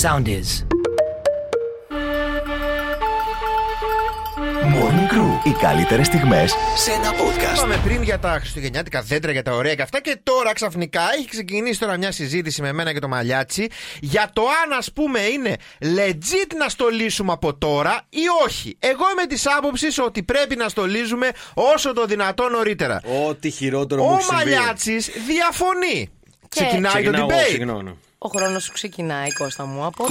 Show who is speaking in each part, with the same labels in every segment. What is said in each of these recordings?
Speaker 1: Sound is.
Speaker 2: Morning Crew. Οι καλύτερες στιγμές σε ένα podcast.
Speaker 3: Είπαμε πριν για τα χριστουγεννιάτικα δέντρα, για τα ωραία και αυτά. Και τώρα ξαφνικά έχει ξεκινήσει τώρα μια συζήτηση με μένα και το μαλλιάτσι για το αν ας πούμε είναι legit να στολίσουμε από τώρα ή όχι. Εγώ είμαι της άποψης ότι πρέπει να στολίζουμε όσο το δυνατόν νωρίτερα.
Speaker 4: Ό,τι χειρότερο μου
Speaker 3: Ο
Speaker 4: έχει συμβεί.
Speaker 3: Μαλιάτσι διαφωνεί. Ξεκινάει το
Speaker 4: Ξεκινάω εγώ,
Speaker 3: debate.
Speaker 4: συγγνώμη.
Speaker 5: Ο χρόνος σου ξεκινάει, Κώστα μου, από τώρα.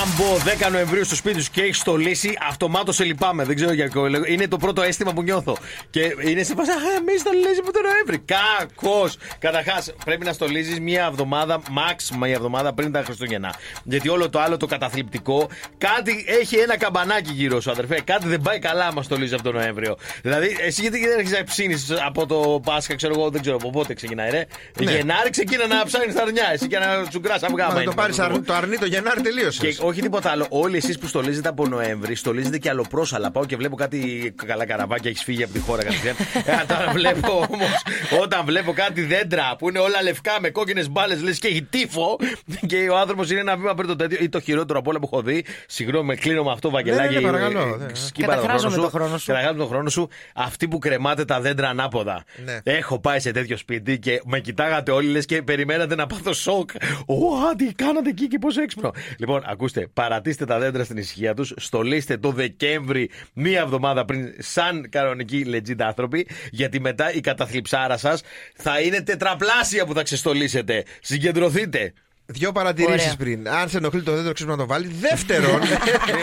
Speaker 4: Αν μπω 10 Νοεμβρίου στο σπίτι σου και έχεις στολίσει, αυτομάτως σε λυπάμαι. Δεν ξέρω για ποιο λόγο. Είναι το πρώτο αίσθημα που νιώθω. Και είναι σε φάση. Α, μη στολίζεις από τον Νοέμβρη. Κακός. Καταρχάς, πρέπει να στολίζεις μία εβδομάδα, max μία εβδομάδα πριν τα Χριστούγεννα. Γιατί όλο το άλλο το καταθλιπτικό, κάτι έχει ένα καμπανάκι γύρω σου, αδερφέ. Κάτι δεν πάει καλά άμα στολίζεις από τον Νοέμβριο. Δηλαδή, εσύ γιατί δεν αρχίζεις να ψήνεις από το Πάσχα, ξέρω εγώ, δεν ξέρω από πότε ξεκινάει, ρε. Γενάρη ξεκίνα να ψάχνεις τα αρνιά, εσύ και να τσουγκρά αυγά.
Speaker 3: Ναι. Μα
Speaker 4: άμα
Speaker 3: να
Speaker 4: είναι.
Speaker 3: το πάρεις το αρνί το Γενάρη τελείωσες.
Speaker 4: Και όχι τίποτα άλλο. Όλοι εσείς που στολίζετε από Νοέμβρη, στολίζετε και αλλοπρόσαλα. Πάω και βλέπω κάτι καλά καραβάκια, έχεις φύγει από τη χώρα κατευθείαν. Ε, τώρα βλέπω όμως, όταν βλέπω κάτι δέντρα που είναι όλα λευκά με κόκκινες μπάλες, λες και έχει τύφο. Και ο άνθρωπος είναι ένα βήμα πριν το τέτοιο ή το χειρότερο από όλα που έχω δει. Συγγνώμη, με κλείνω με αυτό, Βαγγελάκη.
Speaker 3: Ναι, ναι, ναι, παρακαλώ, ναι.
Speaker 5: Καταχράζομαι το χρόνο σου.
Speaker 4: Καταχράζομαι τον χρόνο σου. Αυτοί που κρεμάτε τα δέντρα ανάποδα.
Speaker 3: Ναι.
Speaker 4: Έχω πάει σε τέτοιο σπίτι και με κοιτάγατε όλοι λες και περιμένατε να πάθω σοκ. Ω, άντι, κάνατε εκεί και πόσο έξυπνο. Λοιπόν, ακούστε, παρατήστε τα δέντρα στην ησυχία τους, στολίστε το Δεκέμβρη μία εβδομάδα πριν, σαν κανονικοί legit άνθρωποι, γιατί μετά η καταθλιψάρα σας θα είναι τετραπλάσια που θα ξεστολίσετε. Συγκεντρωθείτε.
Speaker 3: Δύο παρατηρήσεις
Speaker 5: Ωραία.
Speaker 3: πριν. Αν σε ενοχλεί το δέντρο, ξέρει να το βάλει. Δεύτερον,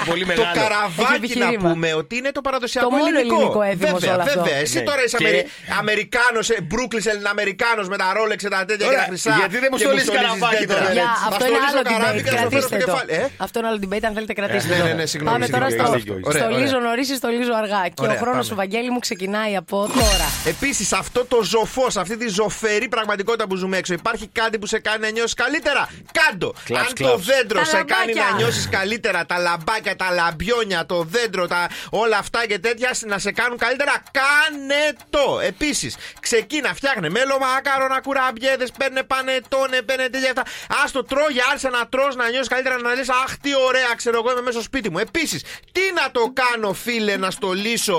Speaker 4: πολύ
Speaker 3: το
Speaker 4: μεγάλο.
Speaker 3: καραβάκι
Speaker 5: Έχει
Speaker 3: να
Speaker 5: επιχείρημα.
Speaker 3: πούμε ότι είναι το παραδοσιακό
Speaker 5: Το μόνο ελληνικό έθιμο
Speaker 3: βέβαια,
Speaker 5: σε όλο αυτό.
Speaker 3: βέβαια. Εσύ
Speaker 4: Ναι.
Speaker 3: τώρα είσαι
Speaker 4: Και-
Speaker 3: Αμερι... Αμερικάνο, Μπρούκλι Ελληναμερικάνο με τα ρόλεξ, τα τέτοια
Speaker 4: Ωραία,
Speaker 3: και τα χρυσά.
Speaker 4: γιατί δεν μου
Speaker 3: και
Speaker 4: στολίζεις
Speaker 3: στολίζεις
Speaker 4: καραβάκι
Speaker 3: δέντρο,
Speaker 4: τώρα.
Speaker 3: ρε.
Speaker 5: Για,
Speaker 3: Θα
Speaker 5: αυτό είναι
Speaker 3: στολίζω
Speaker 5: άλλο
Speaker 3: καράβι
Speaker 5: debate.
Speaker 3: και θα σου φέρω στο
Speaker 5: Κρατήστε το.
Speaker 3: κεφάλι. Ε,
Speaker 5: Αυτό είναι άλλο debate, αν θέλετε, κρατήστε
Speaker 3: ναι,
Speaker 5: το.
Speaker 3: ναι, ναι, συγγνώμη,
Speaker 5: Πάμε τώρα
Speaker 4: συγγνώμη,
Speaker 5: στο.
Speaker 4: δίκιο έχεις.
Speaker 3: Ωραία,
Speaker 5: Στολίζω
Speaker 3: ωραία.
Speaker 5: νωρίς ή στολίζω αργά. Και ο
Speaker 3: Ωραία,
Speaker 5: χρόνος
Speaker 3: πάμε.
Speaker 5: σου, Βαγγέλη μου, ξεκινάει από τώρα.
Speaker 3: Επίσης, σε αυτό το ζωφό, σε αυτή τη ζωφερή πραγματικότητα που ζούμε έξω, υπάρχει κάτι που σε κάνει να νιώσεις καλύτερα. Κάντο!
Speaker 4: Claps,
Speaker 3: Αν το
Speaker 4: claps.
Speaker 3: δέντρο
Speaker 5: Τα
Speaker 3: σε κάνει
Speaker 5: λαμπάκια.
Speaker 3: να νιώσεις καλύτερα, τα λαμπάκια, τα λαμπιόνια, το δέντρο, τα, όλα αυτά και τέτοια να σε κάνουν καλύτερα, κάνε το! Επίσης, ξεκίνα, φτιάχνε μέλωμα, άκαρονα, κουραμπιέδες, παίρνε πανετόνε, παίρνε τέτοια αυτά. Ας το τρώγει, άρχισε να τρώ, να νιώσεις καλύτερα, να λες Αχ, τι ωραία, ξέρω εγώ, είμαι μέσα στο σπίτι μου. Επίσης, τι να το κάνω, φίλε, να στολίσω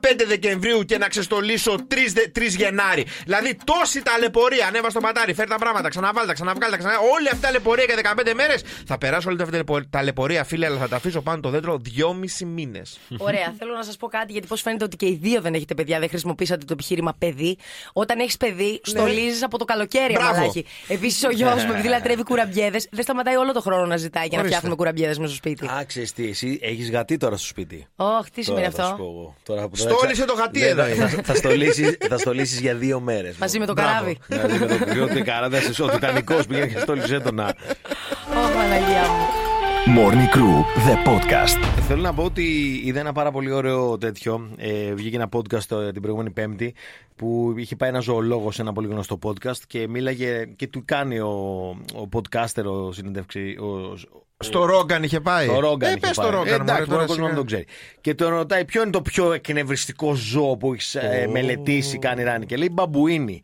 Speaker 3: 15 Δεκεμβρίου και να ξεστολίσω 3, Δε- 3 Γενάρη. Δηλαδή, τόση ταλαιπωρία. Ανέβα στο πατάρι, φέρ τα πράγματα, ξαναβάλτα, ξαναβγάλτα, ξανά. Όλη αυτή η ταλαιπωρία για 15 μέρες. Θα περάσω όλη αυτή η ταλαιπω- ταλαιπωρία, φίλε, αλλά θα τα αφήσω πάνω το δέντρο 2,5 μήνες.
Speaker 5: Ωραία, θέλω να σας πω κάτι, γιατί πώς φαίνεται ότι και οι δύο δεν έχετε παιδιά, δεν χρησιμοποίησατε το επιχείρημα παιδί. Όταν έχεις παιδί, στολίζεις από το καλοκαίρι,
Speaker 3: Ναι. Μπράβο.
Speaker 5: αμαλάκι. Επίσης, ο γιος μου, επειδή λατρεύει κουραμπιέδες, δεν σταματάει όλο το χρόνο να ζητάει για να
Speaker 3: Ορίστε.
Speaker 5: φτιάχνουμε κουραμπιέδες μέσα στο σπίτι.
Speaker 4: Άξε τι, εσύ έχεις γατί τώρα στο σπίτι.
Speaker 5: Όχι, τι σημαίνει
Speaker 4: Τώρα θα σου πω
Speaker 5: αυτό.
Speaker 4: εγώ. Τώρα που
Speaker 3: Στόλισε
Speaker 4: έξα-
Speaker 3: το γατί
Speaker 4: Ναι,
Speaker 3: εδώ
Speaker 4: θα-
Speaker 3: είναι.
Speaker 4: θα- Θα στολίσεις- θα στολίσεις για δύο μέρες
Speaker 5: Μαζί με το
Speaker 3: Μπράβο.
Speaker 5: καράβι.
Speaker 4: Δηλαδή με το κρυό καράτα σε ο Τιτανικός πήγαινε και στόλισε τον Ε, Α.
Speaker 5: Ωχ, Παναγία μου.
Speaker 2: Morning Crew, the podcast.
Speaker 4: Θέλω να πω ότι είδα ένα πάρα πολύ ωραίο τέτοιο. Ε, βγήκε ένα podcast ε, την προηγούμενη Πέμπτη που είχε πάει ένα ζωολόγο σε ένα πολύ γνωστό podcast και μίλαγε και του κάνει ο, ο podcaster ο συνέντευξη. ο-
Speaker 3: Στο Ρόγκαν είχε πάει.
Speaker 4: Το Ρόγκαν.
Speaker 3: Ε,
Speaker 4: είχε
Speaker 3: πες
Speaker 4: πάει.
Speaker 3: το Ρόγκαν.
Speaker 4: Εντάξει,
Speaker 3: μωρέ,
Speaker 4: μπορεί
Speaker 3: τώρα
Speaker 4: ο κόσμος να
Speaker 3: σιγά.
Speaker 4: τον ξέρει. Και τον ρωτάει ποιο είναι το πιο εκνευριστικό ζώο που έχεις μελετήσει, κάνει ράνι. Και λέει μπαμπουίνι.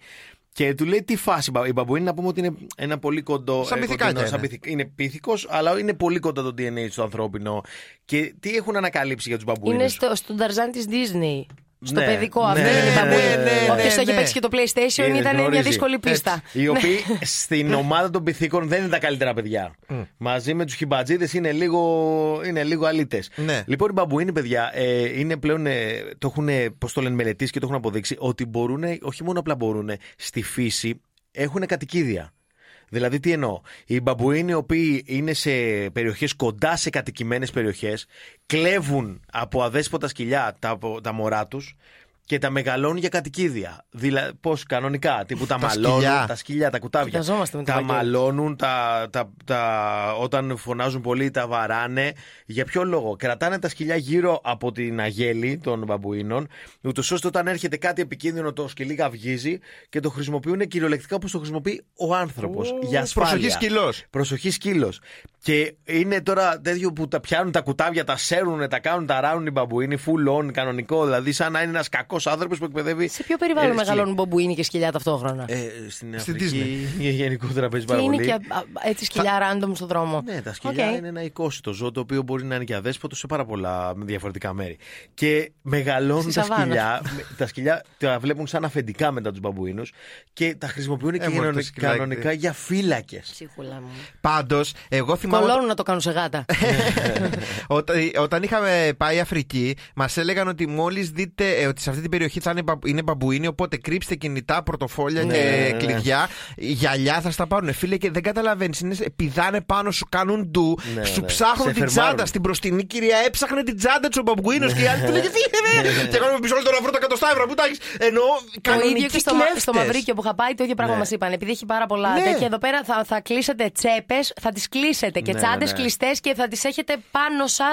Speaker 4: Και του λέει τι φάση. μπα- Η μπαμπουίνι να πούμε ότι είναι ένα πολύ κοντό.
Speaker 3: Σαν
Speaker 4: ε,
Speaker 3: πυθικάκια
Speaker 4: κοντινό, σαν
Speaker 3: είναι.
Speaker 4: πυθικ- Είναι πυθικό, αλλά είναι πολύ κοντά το DNA στο ανθρώπινο. Και τι έχουν ανακαλύψει για τους μπαμπουίνε.
Speaker 5: Είναι στο, στον Ταρζάν της Disney. Στο
Speaker 4: Ναι.
Speaker 5: παιδικό
Speaker 4: Ναι,
Speaker 5: αυτό είναι
Speaker 4: ναι,
Speaker 5: η μπαμπούλα.
Speaker 4: ναι, ναι,
Speaker 5: Όποιος
Speaker 3: ναι,
Speaker 5: το έχει
Speaker 3: ναι.
Speaker 5: παίξει και το PlayStation
Speaker 4: Είναι,
Speaker 5: ήταν μια
Speaker 4: γνωρίζει.
Speaker 5: δύσκολη πίστα. Ναι.
Speaker 4: Οι οποίοι στην ομάδα των πυθίκων δεν είναι τα καλύτερα παιδιά. Μαζί με τους χιμπατζίδες είναι λίγο, είναι λίγο αλήτες.
Speaker 3: Ναι.
Speaker 4: Λοιπόν, οι μπαμπουίνοι, παιδιά, ε, είναι πλέον. Ε, το έχουν, πώς το λένε, μελετήσει και το έχουν αποδείξει ότι μπορούν, όχι μόνο απλά μπορούν, στη φύση έχουν κατοικίδια. Δηλαδή, τι εννοώ. Οι μπαμπουίνοι, οι οποίοι είναι σε περιοχές κοντά σε κατοικημένες περιοχές, κλέβουν από αδέσποτα σκυλιά τα, τα μωρά τους και τα μεγαλώνουν για κατοικίδια. Δηλαδή, πώς κανονικά, τύπου τα,
Speaker 3: Τα
Speaker 4: μαλώνουν,
Speaker 3: σκυλιά.
Speaker 4: τα σκυλιά, τα κουτάβια.
Speaker 5: Φανταζόμαστε με το
Speaker 4: τα
Speaker 5: Βαγγέλη.
Speaker 4: μαλώνουν, τα, τα, τα, όταν φωνάζουν πολύ, τα βαράνε. Για ποιο λόγο, κρατάνε τα σκυλιά γύρω από την αγέλη των μπαμπουίνων, ούτως ώστε όταν έρχεται κάτι επικίνδυνο, το σκυλί καυγίζει και το χρησιμοποιούν κυριολεκτικά όπως το χρησιμοποιεί ο άνθρωπος. Για ασφάλεια.
Speaker 3: Προσοχή σκυλό.
Speaker 4: Προσοχή σκύλος. Και είναι τώρα τέτοιο που τα πιάνουν τα κουτάβια, τα σέρουν, τα κάνουν, τα ράνουν οι μπαμπουίνοι, full on, κανονικό, δηλαδή σαν να είναι ένας κακός άνθρωπος που εκπαιδεύει.
Speaker 5: Σε ποιο περιβάλλον
Speaker 4: ε,
Speaker 5: μεγαλώνουν μπομπουίνι και σκυλιά ταυτόχρονα.
Speaker 4: σκυλιά. Ε, στην
Speaker 3: Στην
Speaker 4: Αφρική γενικότερα παίζει
Speaker 5: και
Speaker 4: πάρα
Speaker 5: είναι
Speaker 4: πολύ.
Speaker 5: και α, α, έτσι σκυλιά random στον δρόμο.
Speaker 4: Ναι, τα σκυλιά
Speaker 5: Οκ.
Speaker 4: είναι ένα οικόσιτο ζώο το οποίο μπορεί να είναι και αδέσποτο σε πάρα πολλά διαφορετικά μέρη. Και μεγαλώνουν
Speaker 5: Στη
Speaker 4: τα
Speaker 5: σαβάνα.
Speaker 4: σκυλιά, με- τα σκυλιά τα βλέπουν σαν αφεντικά μετά τους μπαμπουίνους και Ε, τα χρησιμοποιούν και
Speaker 3: μωρέ, το
Speaker 4: κανονι-
Speaker 3: σκυλάκι.
Speaker 4: κανονικά για φύλακες.
Speaker 5: Ψυχούλα μου.
Speaker 3: Πάντως, εγώ θυμάμαι.
Speaker 5: Κολώνουν να το κάνουν σε γάτα.
Speaker 4: Ε,
Speaker 3: όταν, όταν είχαμε πάει Αφρική, μας έλεγαν ότι μόλις δείτε ε, ότι σε αυτή την περιοχή θα είναι, μπαμ- είναι μπαμπουίνι, οπότε κρύψτε κινητά, πορτοφόλια και
Speaker 4: ναι, ναι.
Speaker 3: κλειδιά. Γυαλιά θα στα πάρουν. Φίλε, και δεν καταλαβαίνεις. πηδάνε πάνω σου, κάνουν ντου,
Speaker 4: Ναι,
Speaker 3: σου
Speaker 4: ναι.
Speaker 3: ψάχνουν
Speaker 4: Σε
Speaker 3: την
Speaker 4: φερμάρουν.
Speaker 3: τσάντα. Στην προστινή κυρία έψαχνε την τσάντα του ο μπαμπουίνος και η άλλη του λέγε
Speaker 4: Ναι,
Speaker 3: Φύγε, ρε!» Και εγώ πίσω όλο το να βρω τα εκατοστάβρα που τα έχεις». Ενώ
Speaker 5: Το
Speaker 3: κανονικοί
Speaker 5: ίδιο και στο, μα- στο
Speaker 3: κλέφτες.
Speaker 5: Μαυρίκιο που είχα πάει, το ίδιο πράγμα
Speaker 4: Ναι.
Speaker 5: μας μα είπαν. Επειδή έχει πάρα πολλά
Speaker 3: Ναι.
Speaker 5: τέτοια εδώ πέρα, θα, θα κλείσετε τσέπες, θα τις κλείσετε και
Speaker 4: Ναι,
Speaker 5: τσάντες
Speaker 4: ναι.
Speaker 5: κλειστές και θα τις έχετε πάνω σας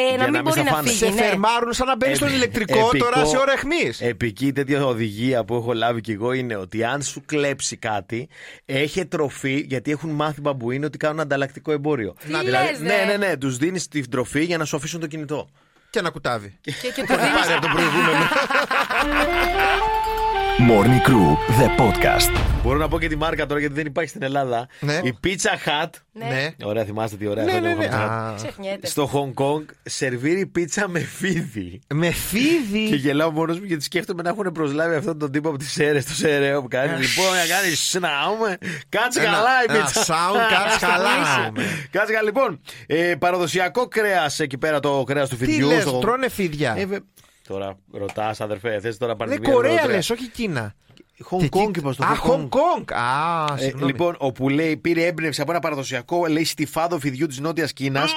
Speaker 5: ε, να
Speaker 4: να
Speaker 5: μην
Speaker 4: μην
Speaker 5: μπορεί
Speaker 4: στα
Speaker 5: να
Speaker 4: φάνε.
Speaker 5: φύγει.
Speaker 3: Σε
Speaker 5: ναι.
Speaker 3: φερμάρουν σαν να μπαίνεις στον
Speaker 4: Επι-
Speaker 3: ηλεκτρικό τώρα
Speaker 4: επικό- Ε-
Speaker 3: σε ώρα αιχμής.
Speaker 4: Επική τέτοια οδηγία που έχω λάβει κι εγώ είναι ότι αν σου κλέψει κάτι, έχει τροφή γιατί έχουν μάθει μπαμπουίνοι ότι κάνουν ανταλλακτικό εμπόριο.
Speaker 5: Τι λες,
Speaker 4: ναι,
Speaker 5: ρε.
Speaker 4: ναι, ναι, τους δίνεις την τροφή για να σου αφήσουν το κινητό.
Speaker 3: Και ένα κουτάβι.
Speaker 5: Και, και
Speaker 3: Το
Speaker 5: του
Speaker 3: έχει
Speaker 5: δίνεις-
Speaker 3: πάρει από τον προηγούμενο.
Speaker 2: Morning Crew, the podcast.
Speaker 4: Μπορώ να πω και τη μάρκα τώρα γιατί δεν υπάρχει στην Ελλάδα.
Speaker 3: Ναι.
Speaker 4: Η Pizza Hut.
Speaker 5: Ναι.
Speaker 3: Ναι.
Speaker 4: Ωραία, θυμάστε τι ωραία
Speaker 3: Ναι,
Speaker 4: ήταν
Speaker 3: ναι,
Speaker 4: το
Speaker 3: ναι.
Speaker 4: Pizza Hut.
Speaker 3: Α,
Speaker 5: Ξεχνιέται.
Speaker 4: Στο Hong Kong σερβίρει πίτσα με φίδι.
Speaker 3: Με
Speaker 4: Και
Speaker 3: φίδι.
Speaker 4: γελάω μόνος μου γιατί σκέφτομαι να έχουν προσλάβει αυτόν τον τύπο από τις αίρες του ΣΕΡΕΟ που κάνει. λοιπόν, να κάνει σναούμε. Κάτσε
Speaker 3: Ένα-
Speaker 4: καλά η
Speaker 3: ένα
Speaker 4: πίτσα.
Speaker 3: sound, κάτσε καλά.
Speaker 4: Κάτσε καλά, λοιπόν. Ε, παραδοσιακό κρέας εκεί πέρα το κρέας του
Speaker 3: Τι
Speaker 4: φιδιού.
Speaker 3: λες,
Speaker 4: στο-
Speaker 3: τρώνε
Speaker 4: Ε,
Speaker 3: φίδια.
Speaker 4: βε- Τώρα ρωτάς, αδερφέ, θες τώρα πάρει
Speaker 3: Ναι, Κορέα λες, όχι Κίνα. Και
Speaker 4: Χονγκ
Speaker 3: εκεί-
Speaker 4: Κόνγκ είπα στο
Speaker 3: Α,
Speaker 4: Hong Kong.
Speaker 3: Χονγκ Κόνγκ. Α,
Speaker 4: Ε,
Speaker 3: συγγνώμη.
Speaker 4: λοιπόν, όπου λέει πήρε έμπνευση από ένα παραδοσιακό λέει στιφάδο φιδιού της Νότιας Κίνας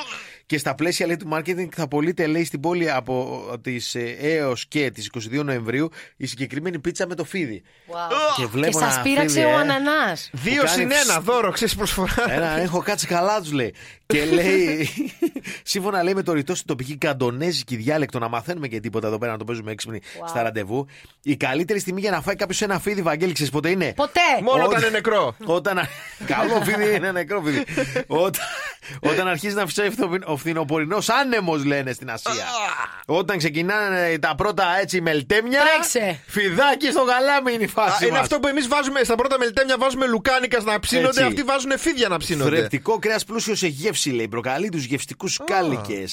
Speaker 4: και στα πλαίσια λέει, του marketing θα πωλείται λέει στην πόλη από ε, τι έως και τι 22 Νοεμβρίου η συγκεκριμένη πίτσα με το φίδι.
Speaker 5: Wow.
Speaker 4: Και
Speaker 5: Και
Speaker 4: βλέπω
Speaker 5: σας
Speaker 4: ένα
Speaker 5: πήραξε
Speaker 4: φίδι,
Speaker 5: ο
Speaker 4: ε.
Speaker 5: ανανάς.
Speaker 3: Δύο
Speaker 4: που κάνει
Speaker 3: συν ένα δώρο, ξέρεις προσφορά.
Speaker 4: Ένα, έχω κάτσει καλά, τους λέει. Και λέει, σύμφωνα λέει με το ρητό στην τοπική καντονέζικη διάλεκτο, να μαθαίνουμε και τίποτα εδώ πέρα, να το παίζουμε έξυπνοι στα ραντεβού. Η καλύτερη στιγμή για να φάει κάποιος ένα φίδι, Βαγγέλη, ξέρεις ποτέ είναι.
Speaker 5: Ποτέ!
Speaker 3: Μόνο
Speaker 4: Ό,τι-
Speaker 3: όταν είναι νεκρό.
Speaker 4: Όταν. Καλό φίδι είναι, νεκρό φίδι. όταν, όταν αρχίζει να ψεύει ο φθινοπορεινός άνεμος, λένε στην Ασία. όταν ξεκινάνε τα πρώτα έτσι μελτέμια.
Speaker 5: Τρέξε.
Speaker 4: Φιδάκι στο γαλάμι είναι η
Speaker 3: Α,
Speaker 4: φάση.
Speaker 3: Είναι
Speaker 4: μας.
Speaker 3: αυτό που εμείς βάζουμε στα πρώτα μελτέμια, βάζουμε λουκάνικα να ψήνονται,
Speaker 4: Έτσι.
Speaker 3: αυτοί βάζουν φίδια να ψήνονται.
Speaker 4: Θρεπτικό κρέας πλούσιο σε γεύση, λέει. Προκαλεί τους γευστικούς κάλικε.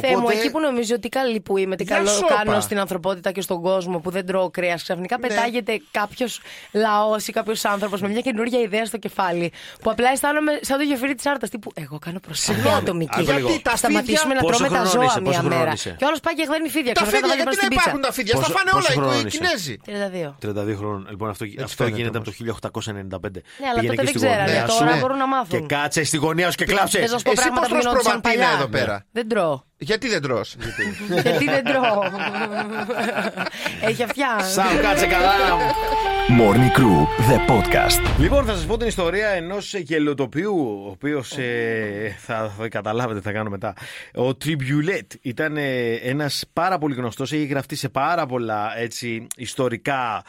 Speaker 5: Θεέ μου, εκεί που νομίζω ότι καλή που είμαι, τι
Speaker 3: Για
Speaker 5: καλό
Speaker 3: σώπα.
Speaker 5: κάνω στην ανθρωπότητα και στον κόσμο που δεν τρώω κρέας. Ξαφνικά
Speaker 3: Ναι.
Speaker 5: πετάγεται κάποιος λαός ή κάποιος άνθρωπος με μια καινούργια ιδέα στο κεφάλι. Που απλά αισθάνομαι σαν το γεφύρι της άρτας. Τύπου εγώ κάνω προσπάθεια
Speaker 4: Συγγνώμη,
Speaker 5: ατομική.
Speaker 4: άκου λίγο.
Speaker 5: Γιατί τα σταματήσουμε να
Speaker 4: Πόσο
Speaker 5: τρώμε τα
Speaker 4: χρόνο
Speaker 5: ζώα
Speaker 4: είσαι,
Speaker 5: μία
Speaker 4: πόσο χρόνο
Speaker 5: μέρα.
Speaker 4: είσαι?
Speaker 5: Και όλο πάει και γλένει φίδια.
Speaker 3: Τα
Speaker 5: Ξαφνικά
Speaker 3: φίδια,
Speaker 5: τα
Speaker 3: γιατί
Speaker 5: βάζει
Speaker 3: δεν
Speaker 5: στην πίτσα.
Speaker 3: υπάρχουν τα φίδια, στα
Speaker 4: Πόσο-
Speaker 3: φάνε
Speaker 4: πόσο
Speaker 3: όλα οι-
Speaker 4: χρόνων
Speaker 3: οι
Speaker 4: είσαι?
Speaker 3: Κινέζοι.
Speaker 5: 32.
Speaker 4: 32 χρόνων. Λοιπόν, αυτό, αυτό
Speaker 3: φαίνεται
Speaker 4: γίνεται από
Speaker 3: όμως.
Speaker 4: το 1895.
Speaker 5: Ναι, αλλά
Speaker 4: Πήγαινε
Speaker 5: τότε
Speaker 4: εκεί
Speaker 5: δεν
Speaker 4: στη
Speaker 5: ξέρανε.
Speaker 4: γωνιά
Speaker 5: Τώρα
Speaker 4: σου
Speaker 5: μπορούν να
Speaker 4: Και
Speaker 5: μάθουν.
Speaker 4: κάτσε στη γωνία σου και κλάψε.
Speaker 5: Θες να σου πω
Speaker 3: Ε, Εσύ
Speaker 5: πράγματα
Speaker 3: πώς
Speaker 5: που
Speaker 3: τρως
Speaker 5: γινόντουσαν
Speaker 3: προβατίνα
Speaker 5: παλιά.
Speaker 3: εδώ πέρα?
Speaker 5: Δεν τρώω.
Speaker 3: Γιατί δεν τρως
Speaker 5: Γιατί δεν τρώω. Έχει αυτιά.
Speaker 4: Σαν κάτσε καλά.
Speaker 2: Morning Crew, the podcast.
Speaker 4: Λοιπόν, θα σας πω την ιστορία ενός γελοτοποιού, ο οποίος θα, θα καταλάβετε, θα κάνω μετά. Ο Τριμπιουλέτ ήταν ένας πάρα πολύ γνωστός, έχει γραφτεί σε πάρα πολλά έτσι, ιστορικά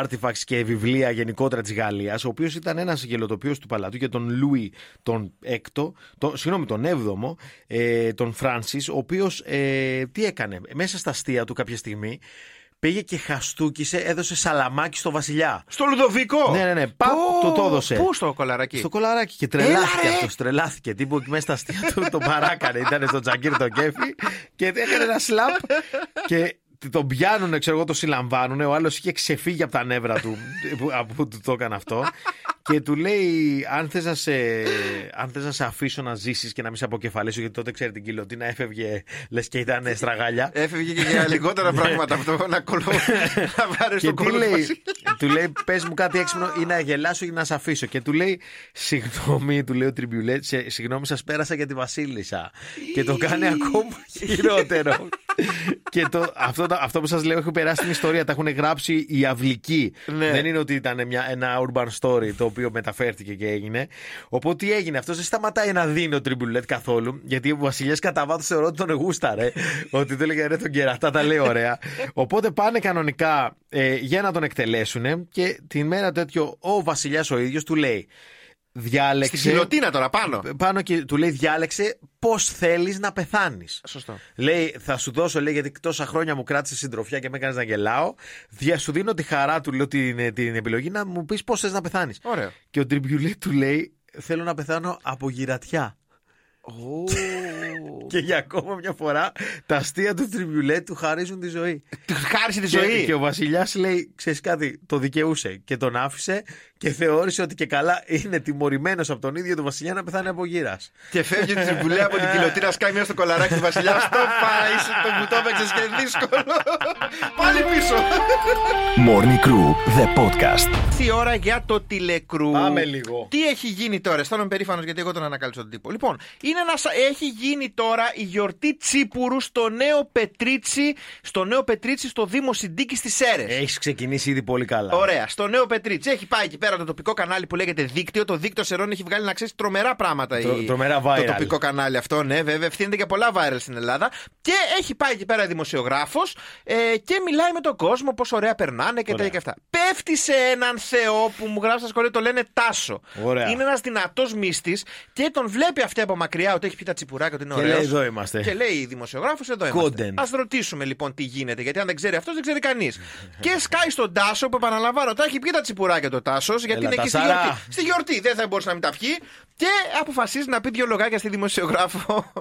Speaker 4: artifacts και βιβλία γενικότερα της Γαλλίας. Ο οποίος ήταν ένας γελοτοποιός του παλατού για τον Λούι τον 6ο, τον, συγγνώμη, τον 7ο, ε, τον Φράνσις, ο οποίος τι έκανε, μέσα στα αστεία του κάποια στιγμή. Πήγε και χαστούκισε, έδωσε σαλαμάκι στο βασιλιά.
Speaker 3: Στο Λουδοβίκο!
Speaker 4: Ναι, ναι, ναι. Παπ,
Speaker 3: Πω,
Speaker 4: το το έδωσε.
Speaker 3: Πού στο κολαρακί.
Speaker 4: Στο κολαράκι και τρελάθηκε
Speaker 3: Έλα, ρε!
Speaker 4: αυτός. Τρελάθηκε. Τύπου εκεί μέσα στα αστεία του τον παράκανε. Ήταν στο τζαγκίρι το κέφι και έκανε ένα σλαπ και τον πιάνουνε, ξέρω εγώ, το συλλαμβάνουν. Ο άλλος είχε ξεφύγει από τα νεύρα του που- από που του το έκανε αυτό. Και του λέει, αν θες να, σε, αν θες να σε αφήσω να ζήσεις και να μην σε αποκεφαλίσω, γιατί τότε ξέρει την κιλωτίνα έφευγε, λες και ήταν στραγάλια.
Speaker 3: Έφευγε και για λιγότερα πράγματα από το να κολο... να βάρει
Speaker 4: Ναι. Και
Speaker 3: τον
Speaker 4: τι
Speaker 3: κόλλο του
Speaker 4: λέει,
Speaker 3: Βασίλη.
Speaker 4: του λέει, πες μου κάτι έξυπνο ή να γελάσω ή να σε αφήσω. Και του λέει, συγγνώμη, του λέει ο Τριμπιουλέτ, «σε- συγγνώμη, σας πέρασα για τη Βασίλισσα. και το κάνει ακόμα χειρότερο. και το, αυτό, το- αυτό που σας λέω έχει περάσει στην ιστορία. Τα έχουν γράψει οι αυλικοί.
Speaker 3: Ναι.
Speaker 4: Δεν είναι ότι ήταν μια, ένα urban story το οποίο μεταφέρθηκε και έγινε. Οπότε τι έγινε, αυτός δεν σταματάει να δίνει ο Τριμπιουλέτ καθόλου. Γιατί ο Βασιλιάς κατά βάθος θεωρώ ότι τον εγούσταρε. ότι του έλεγε ρε τον κερατά, τα λέει ωραία. Οπότε πάνε κανονικά ε, για να τον εκτελέσουν και την μέρα τέτοιο ο Βασιλιάς ο ίδιος του λέει. διάλεξε.
Speaker 3: Στην κοιλωτίνα τώρα πάνω.
Speaker 4: Πάνω και του λέει διάλεξε πώς θέλεις να πεθάνεις.
Speaker 3: Σωστό.
Speaker 4: Λέει, θα σου δώσω, λέει, γιατί τόσα χρόνια μου κράτησες συντροφιά και με έκανες να γελάω. Δια, σου δίνω τη χαρά του, λέω, την, την επιλογή να μου πεις πώς θες να πεθάνεις.
Speaker 3: Ωραίο.
Speaker 4: Και ο Τριμπιουλή του λέει, θέλω να πεθάνω από γυρατιά. Και για ακόμα μια φορά τα αστεία του Τριμπιουλέ του χαρίζουν τη ζωή.
Speaker 3: Του χάρισε τη
Speaker 4: Και-
Speaker 3: ζωή.
Speaker 4: Και, ο Βασιλιάς λέει: Ξέρεις κάτι, το δικαιούσε και τον άφησε και θεώρησε ότι και καλά είναι τιμωρημένος από τον ίδιο τον Βασιλιά να πεθάνει από γύρας.
Speaker 3: Και φεύγει τη βουλέ από την κοιλωτήρα, σκάει μια στο κολαράκι του Βασιλιά. Στο πάει, είσαι το που το έπαιξες και δύσκολο. Πάλι πίσω.
Speaker 2: Morning Crew, the podcast.
Speaker 3: Τι ώρα για το τηλεκρού.
Speaker 4: Πάμε λίγο.
Speaker 3: Τι έχει γίνει τώρα, αισθάνομαι περήφανος γιατί εγώ τον ανακάλυψα τον τύπο. Λοιπόν, είναι ένας, έχει γίνει τώρα η γιορτή Τσίπουρου στο νέο Πετρίτσι, στο, νέο Πετρίτσι, στο Δήμο Συντίκη της Σέρες.
Speaker 4: Έχεις ξεκινήσει ήδη πολύ καλά.
Speaker 3: Ωραία. Στο νέο Πετρίτσι έχει πάει εκεί πέρα το τοπικό κανάλι που λέγεται Δίκτυο. Το δίκτυο Σερών έχει βγάλει να ξέρεις τρομερά πράγματα.
Speaker 4: Τρο-
Speaker 3: η-
Speaker 4: τρομερά
Speaker 3: Το
Speaker 4: viral.
Speaker 3: τοπικό κανάλι αυτό, ναι, βέβαια. Ευθύνεται για πολλά viral στην Ελλάδα. Και έχει πάει εκεί πέρα δημοσιογράφος ε, και μιλάει με τον κόσμο πόσο ωραία περνάνε και
Speaker 4: Ωραία.
Speaker 3: τέτοια και αυτά. Πέφτει σε έναν Θεό που μου γράφει στα σχολεία, το λένε Τάσο.
Speaker 4: Ωραία.
Speaker 3: Είναι ένας δυνατός μύστης και τον βλέπει αυτή από μακριά ότι έχει πει τα τσιπουράκια ότι είναι
Speaker 4: Και
Speaker 3: ωραίο.
Speaker 4: λέει, «Εδώ είμαστε».
Speaker 3: Και λέει δημοσιογράφος, εδώ
Speaker 4: Κόντεν.
Speaker 3: είμαστε. Ας ρωτήσουμε λοιπόν τι γίνεται, γιατί αν δεν ξέρει αυτός, δεν ξέρει κανείς. και σκάει στον Τάσο που επαναλαμβάνω, τα έχει πει τα τσιπουράκια το Τάσος, γιατί
Speaker 4: Έλα,
Speaker 3: είναι εκεί στη
Speaker 4: Τασάρα.
Speaker 3: γιορτή. Στη γιορτή δεν θα μπορούσε να μην τα πιει. Και αποφασίζει να πει δύο λογάκια στη δημοσιογράφο.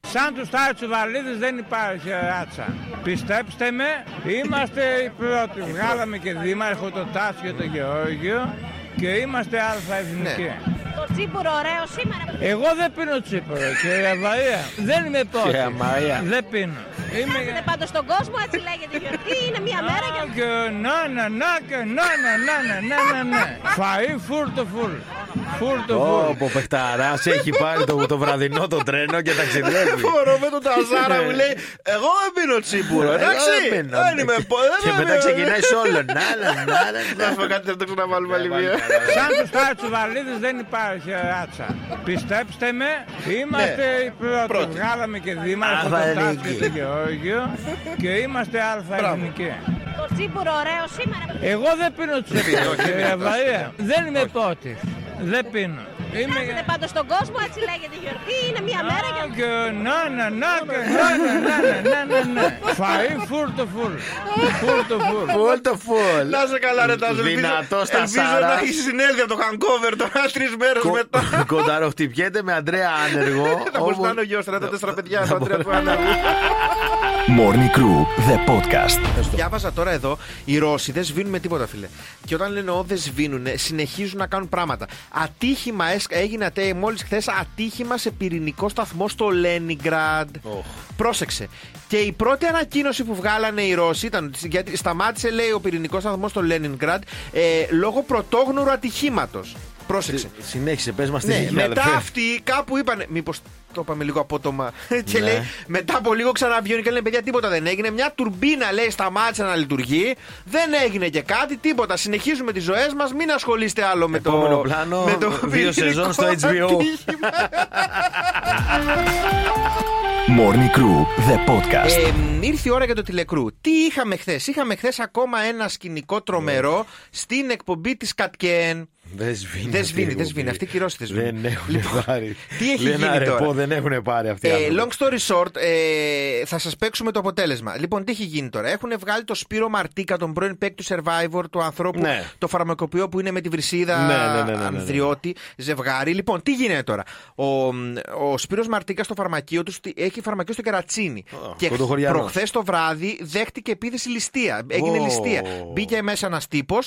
Speaker 1: Σαν τους Τάτσου Βαρλίδης δεν υπάρχει ράτσα. Πιστέψτε με, είμαστε οι πρώτοι. Βγάλαμε και δήμαρχο το Τάσο και το Γεώργιο και είμαστε αλφα εθνικοί.
Speaker 3: Ναι.
Speaker 6: Το τσίπουρο ωραίο σήμερα.
Speaker 1: Εγώ δεν πίνω τσίπουρο, κύριε Βαρία. Δεν είμαι πρώτη.
Speaker 4: Κύριε Βαρία.
Speaker 1: Δεν πίνω.
Speaker 6: Χρειάζεται
Speaker 1: Είμαι...
Speaker 6: πάντως στον κόσμο, έτσι λέγεται η γιορτή. Είναι μία μέρα για
Speaker 1: Α, και να, να, να, και να, να, να, να, να, να, να. Φαΐ φουρ το φουρ. Φουρ το φουρ.
Speaker 4: Όπω παιχταράς έχει πάρει το, το βραδινό το τρένο και ταξιδεύει.
Speaker 3: Μπορώ με τον Ταζάρα μου λέει: Εγώ δεν πίνω τσίπουρο, εντάξει.
Speaker 4: ναι. Εγώ δεν πίνω.
Speaker 3: Δεν είμαι πο- δεν
Speaker 4: Και
Speaker 3: είμαι-
Speaker 4: μετά ξεκινάει Ναι, όλο. Να, να, να,
Speaker 3: Να
Speaker 4: να,
Speaker 3: σου πω
Speaker 4: να.
Speaker 3: κάτι, δεν το ξαναβάλουμε άλλη μία.
Speaker 1: Σαν τους Τάτσου Βαρλίδης δεν υπάρχει ράτσα. Πιστέψτε με, είμαστε οι Ναι. πρώτοι. Βγάλαμε και δήμαρχο τον
Speaker 4: Αλφα
Speaker 1: Τάτσο και
Speaker 4: Εθνική.
Speaker 1: τον Γεώργιο και είμαστε αλφα εθνικοί.
Speaker 6: το τσίπουρο ωραίο σήμερα.
Speaker 1: Εγώ δεν πίνω τσίπουρο, κύριε Βαρία. Δεν είμαι πρώτη. Δεν πίνω.
Speaker 6: Χρειάζεται
Speaker 1: Είμαι...
Speaker 6: πάντως στον κόσμο, έτσι λέγεται η γιορτή. Είναι μία μέρα για
Speaker 1: Α, και Να, να, να, και να, να, να, να, να, να. Φαΐ φουρ το φουρ. Φουρ το φουρ.
Speaker 4: Φουλ το φουλ.
Speaker 3: Να σε καλά, ρε Τάζο. Ελπίζω-
Speaker 4: Δυνατός
Speaker 3: Ελπίζω
Speaker 4: Τασάρας.
Speaker 3: να έχεις συνέλθει από το hangover τώρα τρεις μέρες μετά.
Speaker 4: Κονταροχτυπιέται με Αντρέα άνεργο.
Speaker 3: Θα μπορούσε να είναι ο γιο του, να τα τέσσερα παιδιά. τα τρία που ανέβουν.
Speaker 2: Morning Crew, the podcast.
Speaker 3: Διάβαζα τώρα εδώ, οι Ρώσοι δεν σβήνουν τίποτα, φίλε. Και όταν λένε ότι δεν σβήνουν, συνεχίζουν να κάνουν πράγματα. Ατύχημα έσ- έγινε μόλις χθες ατύχημα σε πυρηνικό σταθμό στο Λένιγκραντ. Πρόσεξε. Και η πρώτη ανακοίνωση που βγάλανε οι Ρώσοι ήταν ότι γιατί σταμάτησε, λέει, ο πυρηνικός σταθμός στο Λένιγκραντ ε, λόγω πρωτόγνωρου ατυχήματος. Πρόσεξε.
Speaker 4: Συνέχισε, πες μας τι
Speaker 3: Ναι,
Speaker 4: είχε,
Speaker 3: μετά
Speaker 4: αδελφέ.
Speaker 3: αυτοί κάπου είπαν. Μήπως το είπαμε λίγο απότομα. και
Speaker 4: Ναι.
Speaker 3: λέει, μετά από λίγο ξαναβγαίνει και λένε: Παιδιά, τίποτα δεν έγινε. Μια τουρμπίνα λέει σταμάτησε να λειτουργεί. Δεν έγινε και κάτι, τίποτα. Συνεχίζουμε τις ζωές μας. Μην ασχολείστε άλλο με
Speaker 4: Επόμενο
Speaker 3: το.
Speaker 4: πλάνο,
Speaker 3: με το
Speaker 4: δύο
Speaker 3: πυρηνικό
Speaker 4: σεζόν στο HBO.
Speaker 3: ατύχημα.
Speaker 2: Morning Crew, the podcast.
Speaker 3: Ε, μ, ήρθε η ώρα για το τηλεκρού. Τι είχαμε χθες. Είχαμε χθες ακόμα ένα σκηνικό
Speaker 4: Ναι.
Speaker 3: τρομερό στην εκπομπή της Κατκέν.
Speaker 4: Δεν σβήνει.
Speaker 3: Δεν
Speaker 4: αυτή
Speaker 3: σβήνει,
Speaker 4: η
Speaker 3: δεν σβήνει.
Speaker 4: εκπομπή.
Speaker 3: Αυτή η κυρώση δεν σβήνει.
Speaker 4: Δεν έχουν
Speaker 3: Λοιπόν,
Speaker 4: πάρει.
Speaker 3: τι έχει
Speaker 4: Λένε,
Speaker 3: γίνει
Speaker 4: «Άρε,
Speaker 3: τώρα».
Speaker 4: πω, δεν έχουν πάρει αυτοί. οι
Speaker 3: Ε,
Speaker 4: άνθρωποι.
Speaker 3: long story short, ε, θα σας παίξουμε το αποτέλεσμα. Λοιπόν, τι έχει γίνει τώρα. Έχουν βγάλει το Σπύρο Μαρτίκα, τον πρώην παίκτη του Survivor, του ανθρώπου,
Speaker 4: Ναι.
Speaker 3: το φαρμακοποιό που είναι με τη βρυσίδα
Speaker 4: Ναι, ναι, ναι, ναι, ναι, ναι.
Speaker 3: Ανδριώτη, ζευγάρι. Λοιπόν, τι γίνεται τώρα. Ο, μ, ο Σπύρος Μαρτίκα στο φαρμακείο του στη- έχει φαρμακείο στο Κερατσίνη.
Speaker 4: Α,
Speaker 3: και
Speaker 4: κοντοχωριανός.
Speaker 3: προχθές το βράδυ δέχτηκε επίθεση ληστεία. Έγινε
Speaker 4: Ω.
Speaker 3: ληστεία. Μπήκε μέσα ένας τύπος,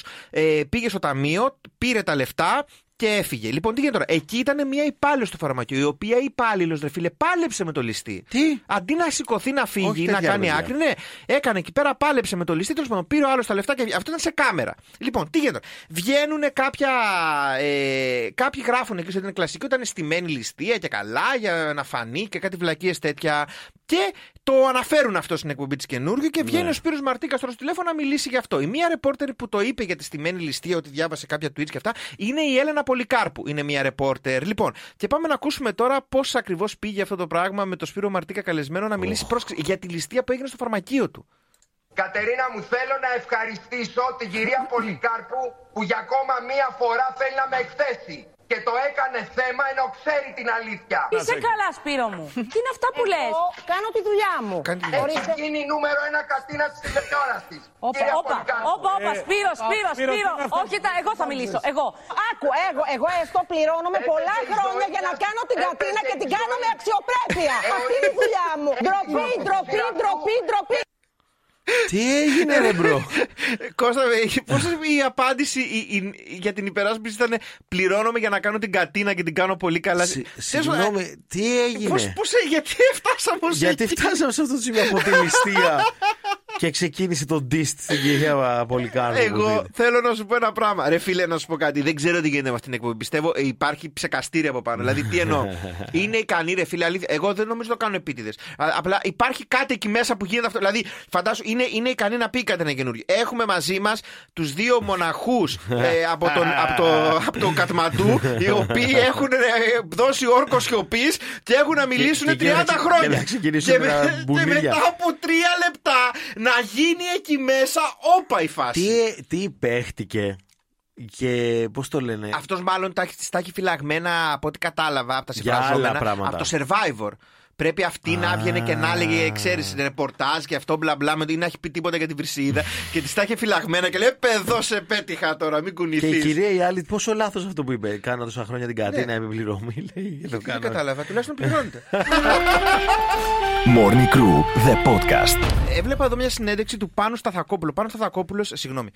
Speaker 3: πήγε στο ταμείο, πήρε τα λεφτά και έφυγε. Λοιπόν, τι γίνεται τώρα. Εκεί ήταν μια υπάλληλος του φαρμακείου, η οποία υπάλληλος, ρε φίλε, πάλεψε με το ληστή.
Speaker 4: Τι?
Speaker 3: Αντί να σηκωθεί να φύγει,
Speaker 4: Όχι
Speaker 3: να
Speaker 4: τέτοια,
Speaker 3: κάνει
Speaker 4: παιδιά.
Speaker 3: άκρη, ναι, έκανε εκεί πέρα, πάλεψε με το ληστή. Τέλος πάντων, πήρε ο άλλος τα λεφτά και αυτό ήταν σε κάμερα. Λοιπόν, τι γίνεται. Βγαίνουν κάποια. Ε, κάποιοι γράφουν εκεί ότι ήταν κλασικό, ήταν στημένη ληστεία και καλά για να φανεί και κάτι βλακίες τέτοια. Και το αναφέρουν αυτό στην εκπομπή της καινούργιου και
Speaker 7: Ναι.
Speaker 3: βγαίνει ο Σπύρος Μαρτίκα τώρα στο τηλέφωνο να μιλήσει γι' αυτό. Η μία ρεπόρτερ που το είπε για τη στημένη ληστεία, ότι διάβασε κάποια tweets και αυτά, είναι η Έλενα Πολυκάρπου. Είναι μία ρεπόρτερ. Λοιπόν, και πάμε να ακούσουμε τώρα πώς ακριβώς πήγε αυτό το πράγμα με τον Σπύρο Μαρτίκα καλεσμένο να μιλήσει πρόσκληση για τη ληστεία που έγινε στο φαρμακείο του.
Speaker 8: Κατερίνα μου θέλω να ευχαριστήσω την κυρία Πολυκάρπου που για ακόμα μία φορά θέλει να με εκθέσει. και το έκανε θέμα ενώ ξέρει την αλήθεια.
Speaker 9: Είσαι καλά, Σπύρο μου. Τι είναι αυτά που λες.
Speaker 10: Κάνω τη δουλειά μου.
Speaker 3: Κάνει τη
Speaker 7: Ε,
Speaker 3: δουλειά.
Speaker 8: Έχει γίνει νούμερο ένα κατίνα της τηλεόρασης.
Speaker 9: Όπα, όπα, όπα, όπα, Σπύρο, Σπύρο, Σπύρο. Όχι, τα, εγώ θα μιλήσω, εγώ.
Speaker 10: Άκου, εγώ, εγώ έστω πληρώνομαι
Speaker 8: Έπαιζε
Speaker 10: πολλά
Speaker 8: η
Speaker 10: χρόνια
Speaker 8: ζωή
Speaker 10: για να
Speaker 8: μας.
Speaker 10: κάνω την
Speaker 8: Έπαιζε
Speaker 10: κατίνα και
Speaker 8: η
Speaker 10: την
Speaker 8: ζωή
Speaker 10: κάνω με
Speaker 8: μας.
Speaker 10: αξιοπρέπεια.
Speaker 8: Ε,
Speaker 10: Αυτή
Speaker 8: όχι. Ε,
Speaker 10: είναι η δουλειά μου.
Speaker 8: Έπαιζε
Speaker 10: Ντροπή,
Speaker 8: η ζωή
Speaker 10: ντροπή,
Speaker 8: μας.
Speaker 10: ντροπή, ντροπή.
Speaker 7: Τι έγινε, ρε μπρο.
Speaker 3: Κώστα, ε, πώς η απάντηση η- η- για την υπεράσπιση ήταν πληρώνομαι για να κάνω την κατίνα και την κάνω πολύ καλά.
Speaker 7: Συ-
Speaker 3: Ξέρεις, ε,
Speaker 7: Συγγνώμη, τι
Speaker 3: Πώς,
Speaker 7: έγινε.
Speaker 3: πώς, ε, γιατί φτάσαμε ως
Speaker 4: Γιατί
Speaker 3: εκεί?
Speaker 4: φτάσαμε σε αυτό το σημείο από τη ληστεία και ξεκίνησε το ντίστ στην κυρία Πολυκάρνου.
Speaker 3: Εγώ θέλω να σου πω ένα πράγμα. Ρε φίλε, να σου πω κάτι. Δεν ξέρω τι γίνεται με αυτήν την εκπομπή. Πιστεύω ε, υπάρχει ψεκαστήρι από πάνω. Δηλαδή, τι εννοώ. Είναι ικανή, ρε φίλε, αλήθεια. Εγώ δεν νομίζω το κάνουν επίτηδε. Απλά υπάρχει κάτι εκεί μέσα που γίνεται αυτό. Δηλαδή, φαντάσου, είναι, είναι ικανή να πει κάτι ένα καινούριο. Έχουμε μαζί μας τους δύο μοναχούς ε, από, τον, από, το, από το Κατμαντού, οι οποίοι έχουν ε, δώσει όρκο σιωπής και έχουν να μιλήσουν
Speaker 4: και
Speaker 3: 30
Speaker 4: γίνεται να ξε-
Speaker 3: χρόνια.
Speaker 4: και να ξεκινήσουν
Speaker 3: με-
Speaker 4: τα μπουνίλια.
Speaker 3: μετά από τρία λεπτά να γίνει εκεί μέσα όπα η φάση.
Speaker 4: Τι, τι παίχτηκε και πώς το λένε.
Speaker 3: Αυτός μάλλον τα έχει, τα έχει φυλαγμένα από ό,τι κατάλαβα από τα
Speaker 4: Για άλλα
Speaker 3: συμφραζόμενα.
Speaker 4: πράγματα.
Speaker 3: Από το survivor. Πρέπει αυτή να έβγαινε και να έλεγε, ξέρεις, ρεπορτάζ και αυτό μπλα μπλα με το ή να έχει πει τίποτα για την Βρυσίδα και της τα είχε φυλαγμένα και λέει Παιδό σε πέτυχα τώρα, μην
Speaker 4: Και η
Speaker 3: κουνηθεί.
Speaker 4: κυρία η άλλη, πόσο λάθος αυτό που είπε. Κάνα τόσα χρόνια την κατίνα, είμαι πληρωμή. Λέει, «Δεν το
Speaker 3: Ναι. Δεν
Speaker 4: κάνω.
Speaker 3: κατάλαβα, τουλάχιστον πληρώνεται.
Speaker 2: Morning Crew, the podcast.
Speaker 3: Έβλεπα εδώ μια συνέντευξη του Πάνου Σταθακόπουλου. Πάνου Σταθακόπουλος, συγγνώμη.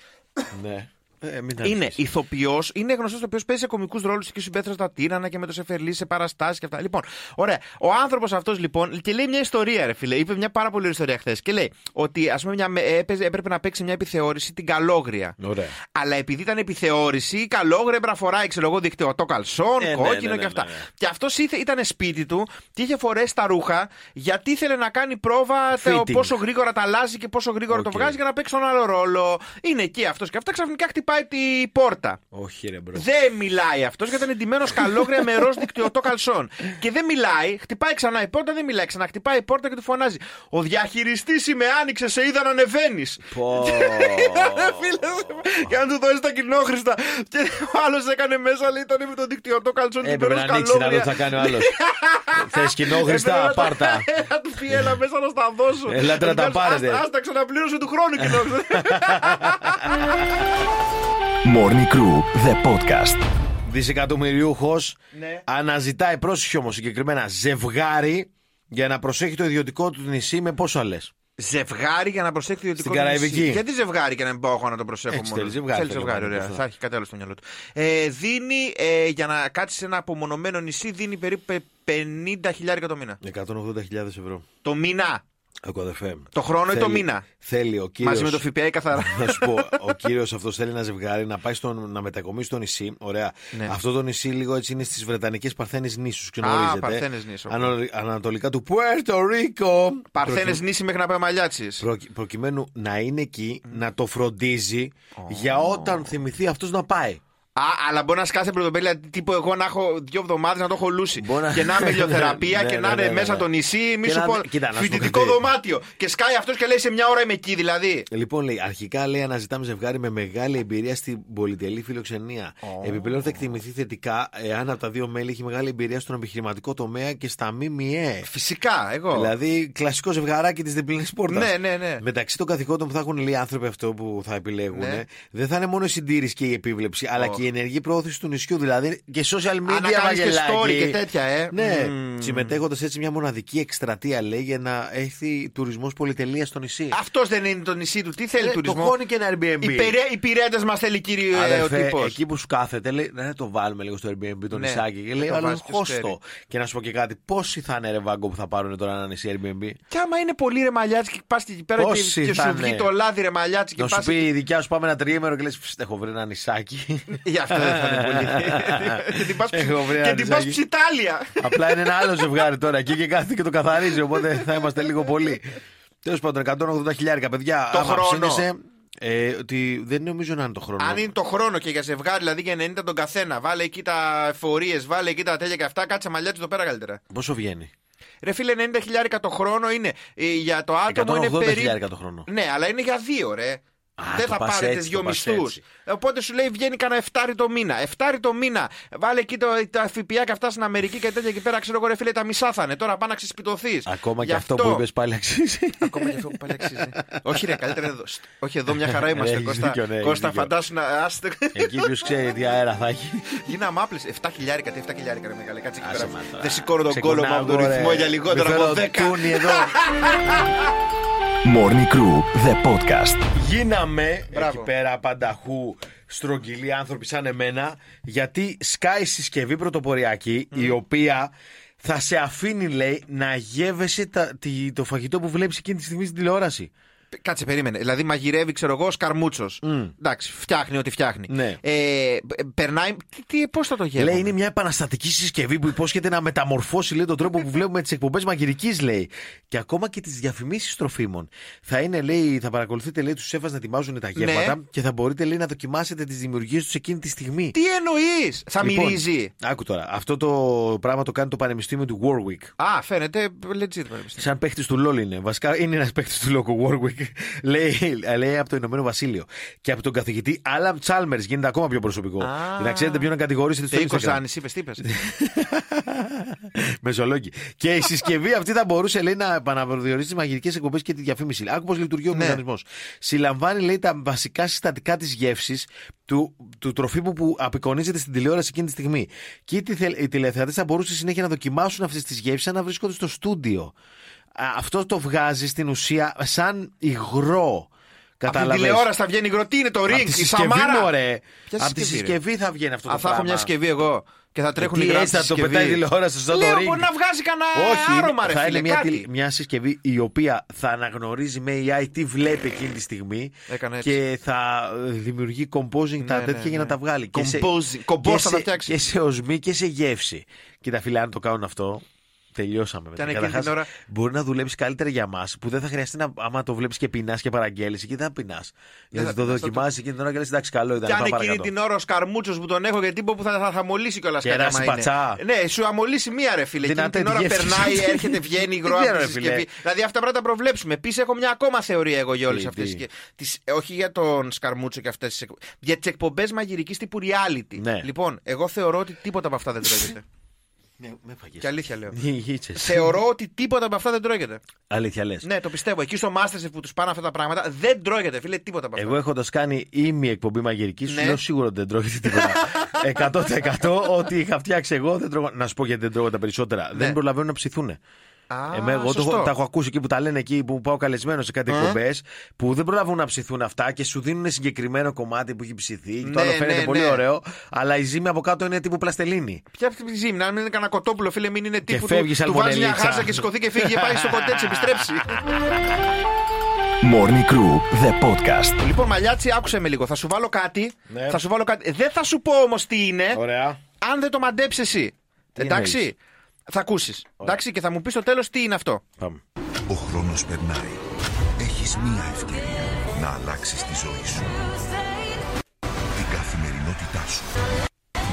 Speaker 4: Ναι. Ε, μην τα
Speaker 3: Είναι
Speaker 4: αρχίσεις.
Speaker 3: ηθοποιός, είναι γνωστός το οποίος παίζει σε κομικούς ρόλους και σου πέθρα στα τύρανα και με το Σεφερλί σε παραστάσεις και αυτά. Λοιπόν, ωραία. Ο άνθρωπος αυτός λοιπόν και λέει μια ιστορία, ρε φίλε. Είπε μια πάρα πολύ ωραία ιστορία χθες. Και λέει ότι ας πούμε μια, με- έπαιζε- έπρεπε να παίξει μια επιθεώρηση την καλόγρια.
Speaker 4: Ωραία.
Speaker 3: Αλλά επειδή ήταν επιθεώρηση, η καλόγρια έπρεπε να φοράει, ξέρω εγώ, δικτυωτό καλσόν,
Speaker 4: Ε, ναι,
Speaker 3: κόκκινο
Speaker 4: ναι, ναι,
Speaker 3: και αυτά.
Speaker 4: ναι, ναι.
Speaker 3: Και αυτός ήταν σπίτι του και είχε φορέσει τα ρούχα γιατί ήθελε να κάνει πρόβα το
Speaker 4: Fitting.
Speaker 3: πόσο γρήγορα τα αλλάζει και πόσο γρήγορα το
Speaker 4: Οκ.
Speaker 3: βγάζει για να παίξει τον άλλο ρόλο. Είναι εκεί αυτός και αυτά. Ξαφνικά χτυπάει την πόρτα.
Speaker 4: Όχι, ρε μπρος.
Speaker 3: Δεν μιλάει αυτός γιατί ήταν εντυμένος καλόγρια με ροζ δικτυωτό καλσόν. Και δεν μιλάει, χτυπάει ξανά η πόρτα, δεν μιλάει. Ξαναχτυπάει η πόρτα και του φωνάζει. Ο διαχειριστής είμαι, άνοιξε, σε είδα να ανεβαίνεις.
Speaker 4: Πω.
Speaker 3: Ήταν φίλε για να του δώσεις τα κοινόχρηστα. Και ο άλλος έκανε μέσα, λέει, ήταν με το δικτυωτό καλσόν.
Speaker 4: Έπρεπε Ε, να
Speaker 3: εντυμένος
Speaker 4: ανοίξεις να δω
Speaker 3: καλόγρια.
Speaker 4: τι θα κάνει ο άλλος. Θες
Speaker 3: Έπρεπε Ε, να
Speaker 4: κοινόχρηστα,
Speaker 3: τα-
Speaker 4: πάρτα.
Speaker 3: Να του πει έλα μέσα να Ε, στα δώσω.
Speaker 4: Ελάτε να τα πάρετε.
Speaker 3: Άστα ξαναπλήρωσε του χρόνου κοινόχρηστα.
Speaker 2: Morning Crew, the podcast.
Speaker 4: Δισεκατομμυριούχος
Speaker 3: Ναι.
Speaker 4: αναζητάει, πρόσεχε όμως συγκεκριμένα, ζευγάρι για να προσέχει το ιδιωτικό του νησί με πόσο λες.
Speaker 3: Ζευγάρι για να προσέχει το ιδιωτικό
Speaker 4: Στην
Speaker 3: του
Speaker 4: Καραϊβική.
Speaker 3: νησί. Γιατί ζευγάρι και να μην πάω εγώ να το προσέχω
Speaker 4: Έτσι
Speaker 3: μόνο.
Speaker 4: θέλει, ζευγάρι
Speaker 3: Θέλει
Speaker 4: θέλει
Speaker 3: ζευγάρι,
Speaker 4: μόνο,
Speaker 3: ωραία.
Speaker 4: σωστά.
Speaker 3: Θα έχει κάτι άλλο στο μυαλό του. Ε, δίνει ε, για να κάτσεις σε ένα απομονωμένο νησί, δίνει περίπου 50.000 το μήνα.
Speaker 4: 180.000 ευρώ.
Speaker 3: Το μήνα.
Speaker 4: Ακοδεφέ.
Speaker 3: Το χρόνο ή το μήνα.
Speaker 4: Θέλει ο κύριο.
Speaker 3: Μαζί με το ΦΠΑ ή καθαρά.
Speaker 4: Να σου πω, ο κύριος αυτός θέλει ένα ζευγάρι να πάει στο, να μετακομίσει στο νησί. Ωραία.
Speaker 3: Ναι.
Speaker 4: Αυτό το νησί λίγο έτσι είναι στις Βρετανικές Παρθένες νήσους.
Speaker 3: Α, Παρθένες νήσους.
Speaker 4: Ανατολικά του Πουέρτο Ρίκο.
Speaker 3: Παρθένες νήσι μέχρι να πάει μαλλιάτσι.
Speaker 4: Προκει- προκειμένου να είναι εκεί, να το φροντίζει για όταν θυμηθεί αυτός να πάει.
Speaker 3: Α, αλλά μπορεί να σκάσει πρωτοπέλα τύπου εγώ να έχω δύο εβδομάδες να το έχω λούσει.
Speaker 4: Μπορεί να-
Speaker 3: Και να είμαι ηλιοθεραπεία
Speaker 4: Ναι,
Speaker 3: και να
Speaker 4: ναι,
Speaker 3: είναι
Speaker 4: ναι, ναι,
Speaker 3: μέσα
Speaker 4: ναι.
Speaker 3: το νησί, μη
Speaker 4: Και
Speaker 3: σου
Speaker 4: να-
Speaker 3: πω.
Speaker 4: κοίτα, να σου πω
Speaker 3: Φοιτητικό
Speaker 4: κάτι.
Speaker 3: δωμάτιο. Και σκάει αυτός και λέει σε μια ώρα είμαι εκεί δηλαδή.
Speaker 4: Λοιπόν, λέει, αρχικά λέει αναζητάμε ζευγάρι με μεγάλη εμπειρία στην πολυτελή φιλοξενία. Επιπλέον θα εκτιμηθεί θετικά εάν από τα δύο μέλη έχει μεγάλη εμπειρία στον επιχειρηματικό τομέα και στα ΜΜΕ.
Speaker 3: Φυσικά, εγώ.
Speaker 4: Δηλαδή, κλασικό ζευγαράκι της διπλής πόρτας.
Speaker 3: Ναι, ναι, ναι.
Speaker 4: Μεταξύ των καθηκόντων που θα έχουν λέει, οι άνθρωποι αυτό που θα επιλέγουν,
Speaker 3: Ναι.
Speaker 4: δεν θα είναι μόνο η συντήρηση και η επίβλεψη, αλλά και η ενεργή πρόθεση του νησιού. Δηλαδή και social media
Speaker 3: Α, να κάνεις και
Speaker 4: Βαγγελάκη.
Speaker 3: story και τέτοια, ε.
Speaker 4: Ναι.
Speaker 3: Μμμ.
Speaker 4: Συμμετέχοντας έτσι μια μοναδική εκστρατεία, λέει, για να έρθει τουρισμός πολυτελείας στο νησί.
Speaker 3: Αυτός δεν είναι το νησί του. Τι θέλει
Speaker 4: Ε,
Speaker 3: τουρισμό.
Speaker 4: Το χώνει και ένα Airbnb.
Speaker 3: Οι, πειρέ, οι πειρέτες μας θέλει κύριε ε, ο
Speaker 4: Αδερφέ,
Speaker 3: τύπος.
Speaker 4: εκεί που σου κάθεται, λέει, να το βάλουμε λίγο στο Airbnb το
Speaker 3: Ναι.
Speaker 4: νησάκι. Και
Speaker 3: Να
Speaker 4: λέει,
Speaker 3: το
Speaker 4: αλλά
Speaker 3: βάλεις, ποιος ξέρει.
Speaker 4: χώστο. Και να σου πω και κάτι, πόσοι θα είναι ρε βάγκο που θα πάρουν τώρα ένα νησί Airbnb.
Speaker 3: Και άμα είναι πολύ ρε μαλλιάτσι και πας και εκεί πέρα και,
Speaker 4: Πόσοι
Speaker 3: και
Speaker 4: θα
Speaker 3: σου
Speaker 4: είναι.
Speaker 3: βγει το λάδι ρε μαλλιάτσι και
Speaker 4: Να σου
Speaker 3: πας...
Speaker 4: πει η δικιά σου πάμε ένα τριήμερο και λες «Ψ, έχω βρει ένα νησάκι.
Speaker 3: Γι' αυτό δεν θα είναι πολύ. Και την πας ψι-
Speaker 4: Έχω βρει
Speaker 3: Και
Speaker 4: ένα
Speaker 3: την πας
Speaker 4: νησάκι.
Speaker 3: ψιτάλια.
Speaker 4: Απλά είναι ένα άλλο ζευγάρι τώρα εκεί και κάθεται και το καθαρίζει. Οπότε θα είμαστε λίγο πολύ. Τέλος πάντων, 180 χιλιάρικα παιδιά.
Speaker 3: Το
Speaker 4: άμα
Speaker 3: χρόνο.
Speaker 4: ψήνεσαι, ε, ότι δεν νομίζω να είναι το χρόνο.
Speaker 3: Αν είναι το χρόνο και για ζευγάρι, δηλαδή για 90 τον καθένα, βάλε εκεί τα εφορίες, βάλε εκεί τα τέλεια και αυτά, κάτσε μαλλιάτσι το πέρα καλύτερα.
Speaker 4: Πόσο βγαίνει.
Speaker 3: Ρε φίλε, 90 χιλιάρικα το χρόνο είναι. ε, για το άτομο είναι
Speaker 4: 180
Speaker 3: περίπου.
Speaker 4: χιλιάρικα το χρόνο.
Speaker 3: Ναι, αλλά είναι για δύο, ρε. δεν
Speaker 4: το
Speaker 3: θα
Speaker 4: πας
Speaker 3: πάρετε
Speaker 4: έτσι,
Speaker 3: δύο
Speaker 4: το πας
Speaker 3: μισθούς.
Speaker 4: έτσι.
Speaker 3: Οπότε σου λέει βγαίνει κανένα εφτάρι το μήνα. Εφτάρι το μήνα. Βάλε εκεί το, τα ΦΠΑ και αυτά στην Αμερική και τέτοια εκεί πέρα. Ξέρω εγώ ρε φίλε τα μισά θα είναι. Τώρα πάνε να ξεσπιτωθείς.
Speaker 4: Ακόμα και αυτό που είπες πάλι αξίζει.
Speaker 3: Ακόμα και αυτό που πάλι αξίζει. Όχι, ρε, καλύτερα εδώ. Στ- Όχι, εδώ μια χαρά είμαστε.
Speaker 4: Έχεις
Speaker 3: Κώστα,
Speaker 4: δίκιο, ναι, έχεις
Speaker 3: Κώστα
Speaker 4: δίκιο.
Speaker 3: φαντάσου να. Άστε.
Speaker 4: Εκεί ποιος ξέρει τι αέρα θα έχει.
Speaker 3: Γίναμε άπλε. 7 χιλιάρικα, τι 7 χιλιάρικα, ρε μεγάλε. Κάτσε εκεί
Speaker 4: Άσε
Speaker 3: πέρα.
Speaker 4: μας τώρα.
Speaker 3: Δεν σηκώνω τον
Speaker 4: Ξεκινάω
Speaker 3: κόλλο μου από τον
Speaker 4: εγώ, ρε.
Speaker 3: ρυθμό για
Speaker 4: Μη
Speaker 3: λιγότερο
Speaker 4: θέλω
Speaker 3: από 10.
Speaker 4: τούνι εδώ.
Speaker 2: Morning Crew, the podcast.
Speaker 4: Γίναμε
Speaker 3: Μπράβο.
Speaker 4: εκεί πέρα πανταχού στρογγυλοί άνθρωποι σαν εμένα γιατί σκάει συσκευή πρωτοποριακή η οποία θα σε αφήνει λέει να γεύεσαι τα- τη- το φαγητό που βλέπεις εκείνη τη στιγμή στην τηλεόραση.
Speaker 3: Κάτσε, περίμενε. Δηλαδή μαγειρεύει, ξέρω εγώ, σκαρμούτσο. Εντάξει, φτιάχνει ό,τι φτιάχνει.
Speaker 4: Ναι.
Speaker 3: Ε, ε, περνάει. τι- Τι, πώς θα το γεύω.
Speaker 4: Λέει είναι μια επαναστατική συσκευή που υπόσχεται να μεταμορφώσει λέει, τον τρόπο που βλέπουμε τις εκπομπές μαγειρικής, λέει. Και ακόμα και τις διαφημίσεις τροφίμων. Θα, είναι, λέει, θα παρακολουθείτε λέει, τους σέφας να ετοιμάζουν τα γεύματα
Speaker 3: Ναι.
Speaker 4: και θα μπορείτε λέει, να δοκιμάσετε τις δημιουργίες τους εκείνη τη στιγμή.
Speaker 3: Τι εννοείς, θα
Speaker 4: Λοιπόν,
Speaker 3: μυρίζει.
Speaker 4: Άκου τώρα. Αυτό το πράγμα το κάνει το Πανεπιστήμιο του Warwick.
Speaker 3: Α, φαίνεται legit πανεπιστήμιο.
Speaker 4: Σαν παίχτης του LOL είναι. Βασικά είναι ένας παίχτης του Λόκου Warwick. λέει, λέει από το Ηνωμένο Βασίλειο. Και από τον καθηγητή Alan Chalmers γίνεται ακόμα πιο προσωπικό.
Speaker 3: Α.
Speaker 4: να ξέρετε ποιον να κατηγορήσετε στο
Speaker 3: Ε,
Speaker 4: Instagram.
Speaker 3: Κωνσταντίνης, είπες, τι είπες.
Speaker 4: Μεσολόγγι. Και η συσκευή αυτή θα μπορούσε λέει, να επαναπροδιορίσει τις μαγειρικές εκπομπές και τη διαφήμιση. Άκου πώς λειτουργεί ο
Speaker 3: Ναι.
Speaker 4: μηχανισμό. Συλλαμβάνει λέει, τα βασικά συστατικά της γεύσης του, του τροφίμου που απεικονίζεται στην τηλεόραση εκείνη τη στιγμή. Και οι, τηλε- οι τηλεθεατές θα μπορούσαν συνέχεια να δοκιμάσουν αυτές τις γεύσεις σαν να βρίσκονται στο στούντιο. Α, Αυτό το βγάζει στην ουσία σαν υγρό.
Speaker 3: Από την
Speaker 4: Κατάλαβες.
Speaker 3: τηλεόραση θα βγαίνει υγρό, τι είναι το
Speaker 4: Απ'
Speaker 3: ring,
Speaker 4: τη
Speaker 3: η
Speaker 4: συσκευή,
Speaker 3: Σαμάρα.
Speaker 4: μωρέ.
Speaker 3: Ποια
Speaker 4: Απ' τη
Speaker 3: συσκευή, ρε?
Speaker 4: συσκευή θα βγαίνει αυτό
Speaker 3: Α,
Speaker 4: το
Speaker 3: θα έχω
Speaker 4: πράγμα.
Speaker 3: μια συσκευή εγώ και θα τρέχουν οι
Speaker 4: Ε, Τι
Speaker 3: γράφοι
Speaker 4: έτσι θα
Speaker 3: στη
Speaker 4: το πετάει η
Speaker 3: συσκευή.
Speaker 4: τηλεόραση στο
Speaker 3: Λέω,
Speaker 4: ring.
Speaker 3: μπορεί να βγάζει κανένα
Speaker 4: είναι-
Speaker 3: άρωμα, ρε
Speaker 4: θα
Speaker 3: φίλε,
Speaker 4: είναι μια,
Speaker 3: κάτι.
Speaker 4: τηλε- μια συσκευή η οποία θα αναγνωρίζει με AI τι βλέπει εκείνη τη στιγμή
Speaker 3: Έκανε έτσι.
Speaker 4: και θα ε, δημιουργεί composing τα
Speaker 3: ναι,
Speaker 4: τέτοια για να
Speaker 3: ναι.
Speaker 4: τα βγάλει.
Speaker 3: Composing. Compose
Speaker 4: και
Speaker 3: θα τα
Speaker 4: σε,
Speaker 3: φτιάξει.
Speaker 4: Και σε οσμή και σε γεύση. Κοίτα φίλε, αν το κάνουν αυτό, τελειώσαμε. μετά.
Speaker 3: αν εκείνη
Speaker 4: Καταρχάς,
Speaker 3: την ώρα-
Speaker 4: Μπορεί να δουλέψει καλύτερα για μα που δεν θα χρειαστεί να. Άμα το βλέπεις και πεινάς και παραγγέλεις, εκεί δεν θα πεινάς. Γιατί
Speaker 3: θα
Speaker 4: το
Speaker 3: πεινάς, θα το-
Speaker 4: δοκιμάζει εκείνη την ώρα και λες: Εντάξει, καλό ήταν.
Speaker 3: Κι αν
Speaker 4: πάμε
Speaker 3: εκείνη
Speaker 4: παρακάτω».
Speaker 3: την ώρα ο Σκαρμούτσος που τον έχω για τύπο που θα, θα, θα μολύσει κιόλας
Speaker 4: Κεράσει πατσά.
Speaker 3: Ναι, σου αμολύσει μία ρε φίλε. Εκείνη
Speaker 4: Δυνατέ
Speaker 3: την ώρα
Speaker 4: τη γεύση.
Speaker 3: περνάει, έρχεται, βγαίνει υγρό
Speaker 4: Δεν
Speaker 3: από
Speaker 4: ξέρω,
Speaker 3: τη
Speaker 4: ρε φίλε.
Speaker 3: συσκευή. Δηλαδή αυτά πρέπει να τα προβλέψουμε. Επίσης έχω μια ακόμα θεωρία εγώ για όλες
Speaker 4: Τι,
Speaker 3: αυτές
Speaker 4: τι.
Speaker 3: τις. ε, Όχι για τον Σκαρμούτσο και αυτές τις εκπομπέ. Για τις εκπομπές μαγειρικής τύπου reality.
Speaker 4: Ναι.
Speaker 3: Λοιπόν, εγώ θεωρώ ότι τίποτα από αυτά δεν τρώγεται.
Speaker 4: Ναι, με φαγείς.
Speaker 3: Και αλήθεια λέω.
Speaker 4: Ναι, γίτσες.
Speaker 3: Θεωρώ ότι τίποτα από αυτά δεν τρώγεται.
Speaker 4: Αλήθεια λες.
Speaker 3: Ναι, το πιστεύω. Εκεί στο Masterchef που τους πάνε αυτά τα πράγματα δεν τρώγεται, φίλε, τίποτα από αυτά.
Speaker 4: Εγώ έχοντας κάνει ήμι εκπομπή μαγειρικής,
Speaker 3: Ναι.
Speaker 4: σου λέω σίγουρα ότι δεν τρώγεται τίποτα. 100% ό,τι είχα φτιάξει εγώ δεν τρώγω. Να σου πω γιατί δεν τρώγω τα περισσότερα. Δεν προλαβαίνουν να ψηθούν.
Speaker 3: Ναι. Α,
Speaker 4: Εμέ, ε, εγώ το
Speaker 3: σωστό. Ε.
Speaker 4: έχω- τα έχω ακούσει εκεί που τα λένε εκεί που πάω καλεσμένο σε κάτι εκπομπές που δεν προλαβούν να ψηθούν αυτά και σου δίνουν συγκεκριμένο κομμάτι που έχει ψηθεί. και
Speaker 3: Ναι,
Speaker 4: το άλλο φαίνεται
Speaker 3: ναι,
Speaker 4: πολύ
Speaker 3: ναι.
Speaker 4: ωραίο, αλλά η ζύμη από κάτω είναι τύπου πλαστελίνη.
Speaker 3: Ποια αυτή τη ζύμη, να μην είναι κανένα κοτόπουλο, φίλε, μην είναι τύπου.
Speaker 4: φεύγεις
Speaker 3: του, του βάζει μια
Speaker 4: σαλμονελίτσα.
Speaker 3: χάσα και σηκωθεί και φύγει και πάει στο κοτέτσι, επιστρέψει.
Speaker 2: Morning Crew, the podcast.
Speaker 3: λοιπόν, μαλλιάτσι, άκουσε με λίγο. Θα σου βάλω κάτι.
Speaker 4: Ναι.
Speaker 3: Θα σου βάλω κάτι. Ε, Δεν θα σου πω όμως τι είναι,
Speaker 4: Ωραία.
Speaker 3: αν δεν το μαντέψει εσύ. Εντάξει.
Speaker 4: εννοείς?
Speaker 3: Θα ακούσεις. Εντάξει, και θα μου πεις στο τέλος τι είναι αυτό.
Speaker 4: Πάμε.
Speaker 2: Ο χρόνος περνάει. Έχεις μία ευκαιρία να αλλάξεις τη ζωή σου. Την καθημερινότητά σου.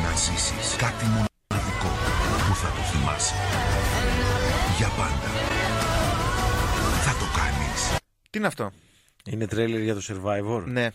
Speaker 2: Να ζήσεις κάτι μοναδικό που θα το θυμάσαι. Για πάντα. Θα το κάνεις.
Speaker 3: Τι είναι αυτό.
Speaker 4: Είναι τρέλερ για το Survivor.
Speaker 3: Ναι.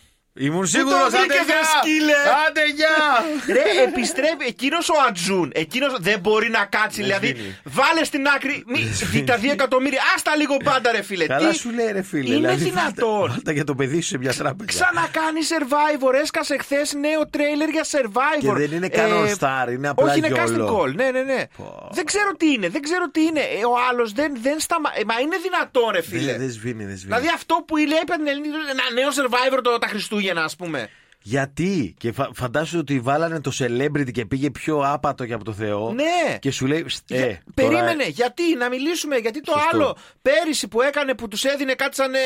Speaker 4: Ήμουν σίγουρος
Speaker 3: το βρήκες, ρε σκύλε!
Speaker 4: Άντε γεια!
Speaker 3: Ρε, επιστρέφει εκείνος ο Ατζούν. Εκείνος δεν μπορεί να κάτσει. δηλαδή,
Speaker 4: σβήνει.
Speaker 3: βάλε στην άκρη. Μη, δι- τα δύο εκατομμύρια. Άστα λίγο πάντα, ρε φίλε.
Speaker 4: Καλά
Speaker 3: Τι-
Speaker 4: σου λέει ρε φίλε.
Speaker 3: Είναι
Speaker 4: δηλαδή,
Speaker 3: δυνατόν.
Speaker 4: βάλ' τα για το παιδί σου σε μια τράπεζα.
Speaker 3: Ξανακάνει survivor. Έσκασε χθες νέο τρέιλερ για survivor. Ε,
Speaker 4: Και δεν είναι καν All Star, είναι απλά
Speaker 3: Όχι, είναι
Speaker 4: γιόλο.
Speaker 3: casting call. Ναι, ναι, ναι. Δεν ξέρω τι είναι, δεν ξέρω τι είναι. Ε, Ο άλλος δεν, δεν σταμα... ε, Μα είναι δυνατόν, ρε φίλε.
Speaker 4: Δεν δεν σβήνει, δεν σβήνει.
Speaker 3: Δηλαδή αυτό που λέει από την ελληνική. Ένα νέο survivor το, τα Χριστούγεννα, ας πούμε.
Speaker 4: Γιατί και φα... φαντάσου ότι βάλανε το celebrity και πήγε πιο άπατο και από το Θεό.
Speaker 3: Ναι.
Speaker 4: Και σου λέει. «Στ, Ε,
Speaker 3: Για-
Speaker 4: τώρα,
Speaker 3: Περίμενε, γιατί να μιλήσουμε, γιατί το
Speaker 4: Σωστό.
Speaker 3: άλλο πέρυσι που έκανε που τους έδινε κάτι σαν ε,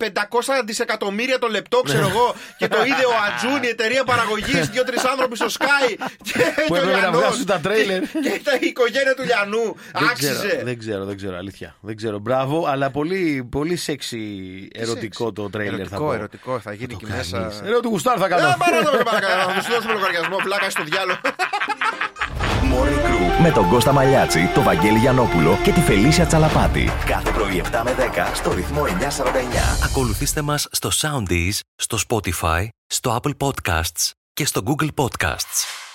Speaker 3: ε, ε, 500 δισεκατομμύρια το λεπτό, ξέρω εγώ, και το είδε ο Ατζούν, η εταιρεία παραγωγής, δύο-τρει άνθρωποι στο Sky. Και και
Speaker 4: Που
Speaker 3: ο
Speaker 4: έπρεπε να
Speaker 3: Λιανός.
Speaker 4: βγάζουν τα τρέιλερ.
Speaker 3: Και, και τα- η οικογένεια του Λιανού.
Speaker 4: Δεν
Speaker 3: Άξιζε.
Speaker 4: ξέρω, δεν ξέρω, δεν ξέρω, αλήθεια. Δεν ξέρω. Μπράβο, αλλά πολύ, πολύ σεξι ερωτικό
Speaker 3: σεξι.
Speaker 4: το τρέιλερ θα
Speaker 3: Ερωτικό,
Speaker 4: πω.
Speaker 3: ερωτικό, θα γίνει
Speaker 4: το
Speaker 3: και μέσα-
Speaker 4: κάνεις. Ρε, του Γουστάρ θα
Speaker 3: Ε,
Speaker 4: κάνω.
Speaker 3: παράτα με, παρακαλώ, θα του δώσουμε λογαριασμό, πλάκα στο διάλογο.
Speaker 2: Morning Morning Crew με τον Κώστα Μαλιάτση, τον Βαγγέλη Γιανόπουλο και τη Φελίσια Τσαλαπάτη. Κάθε πρωί 7 με 10 στο ρυθμό 949.
Speaker 8: Ακολουθήστε μας στο Soundees, στο Spotify, στο Apple Podcasts και στο Google Podcasts.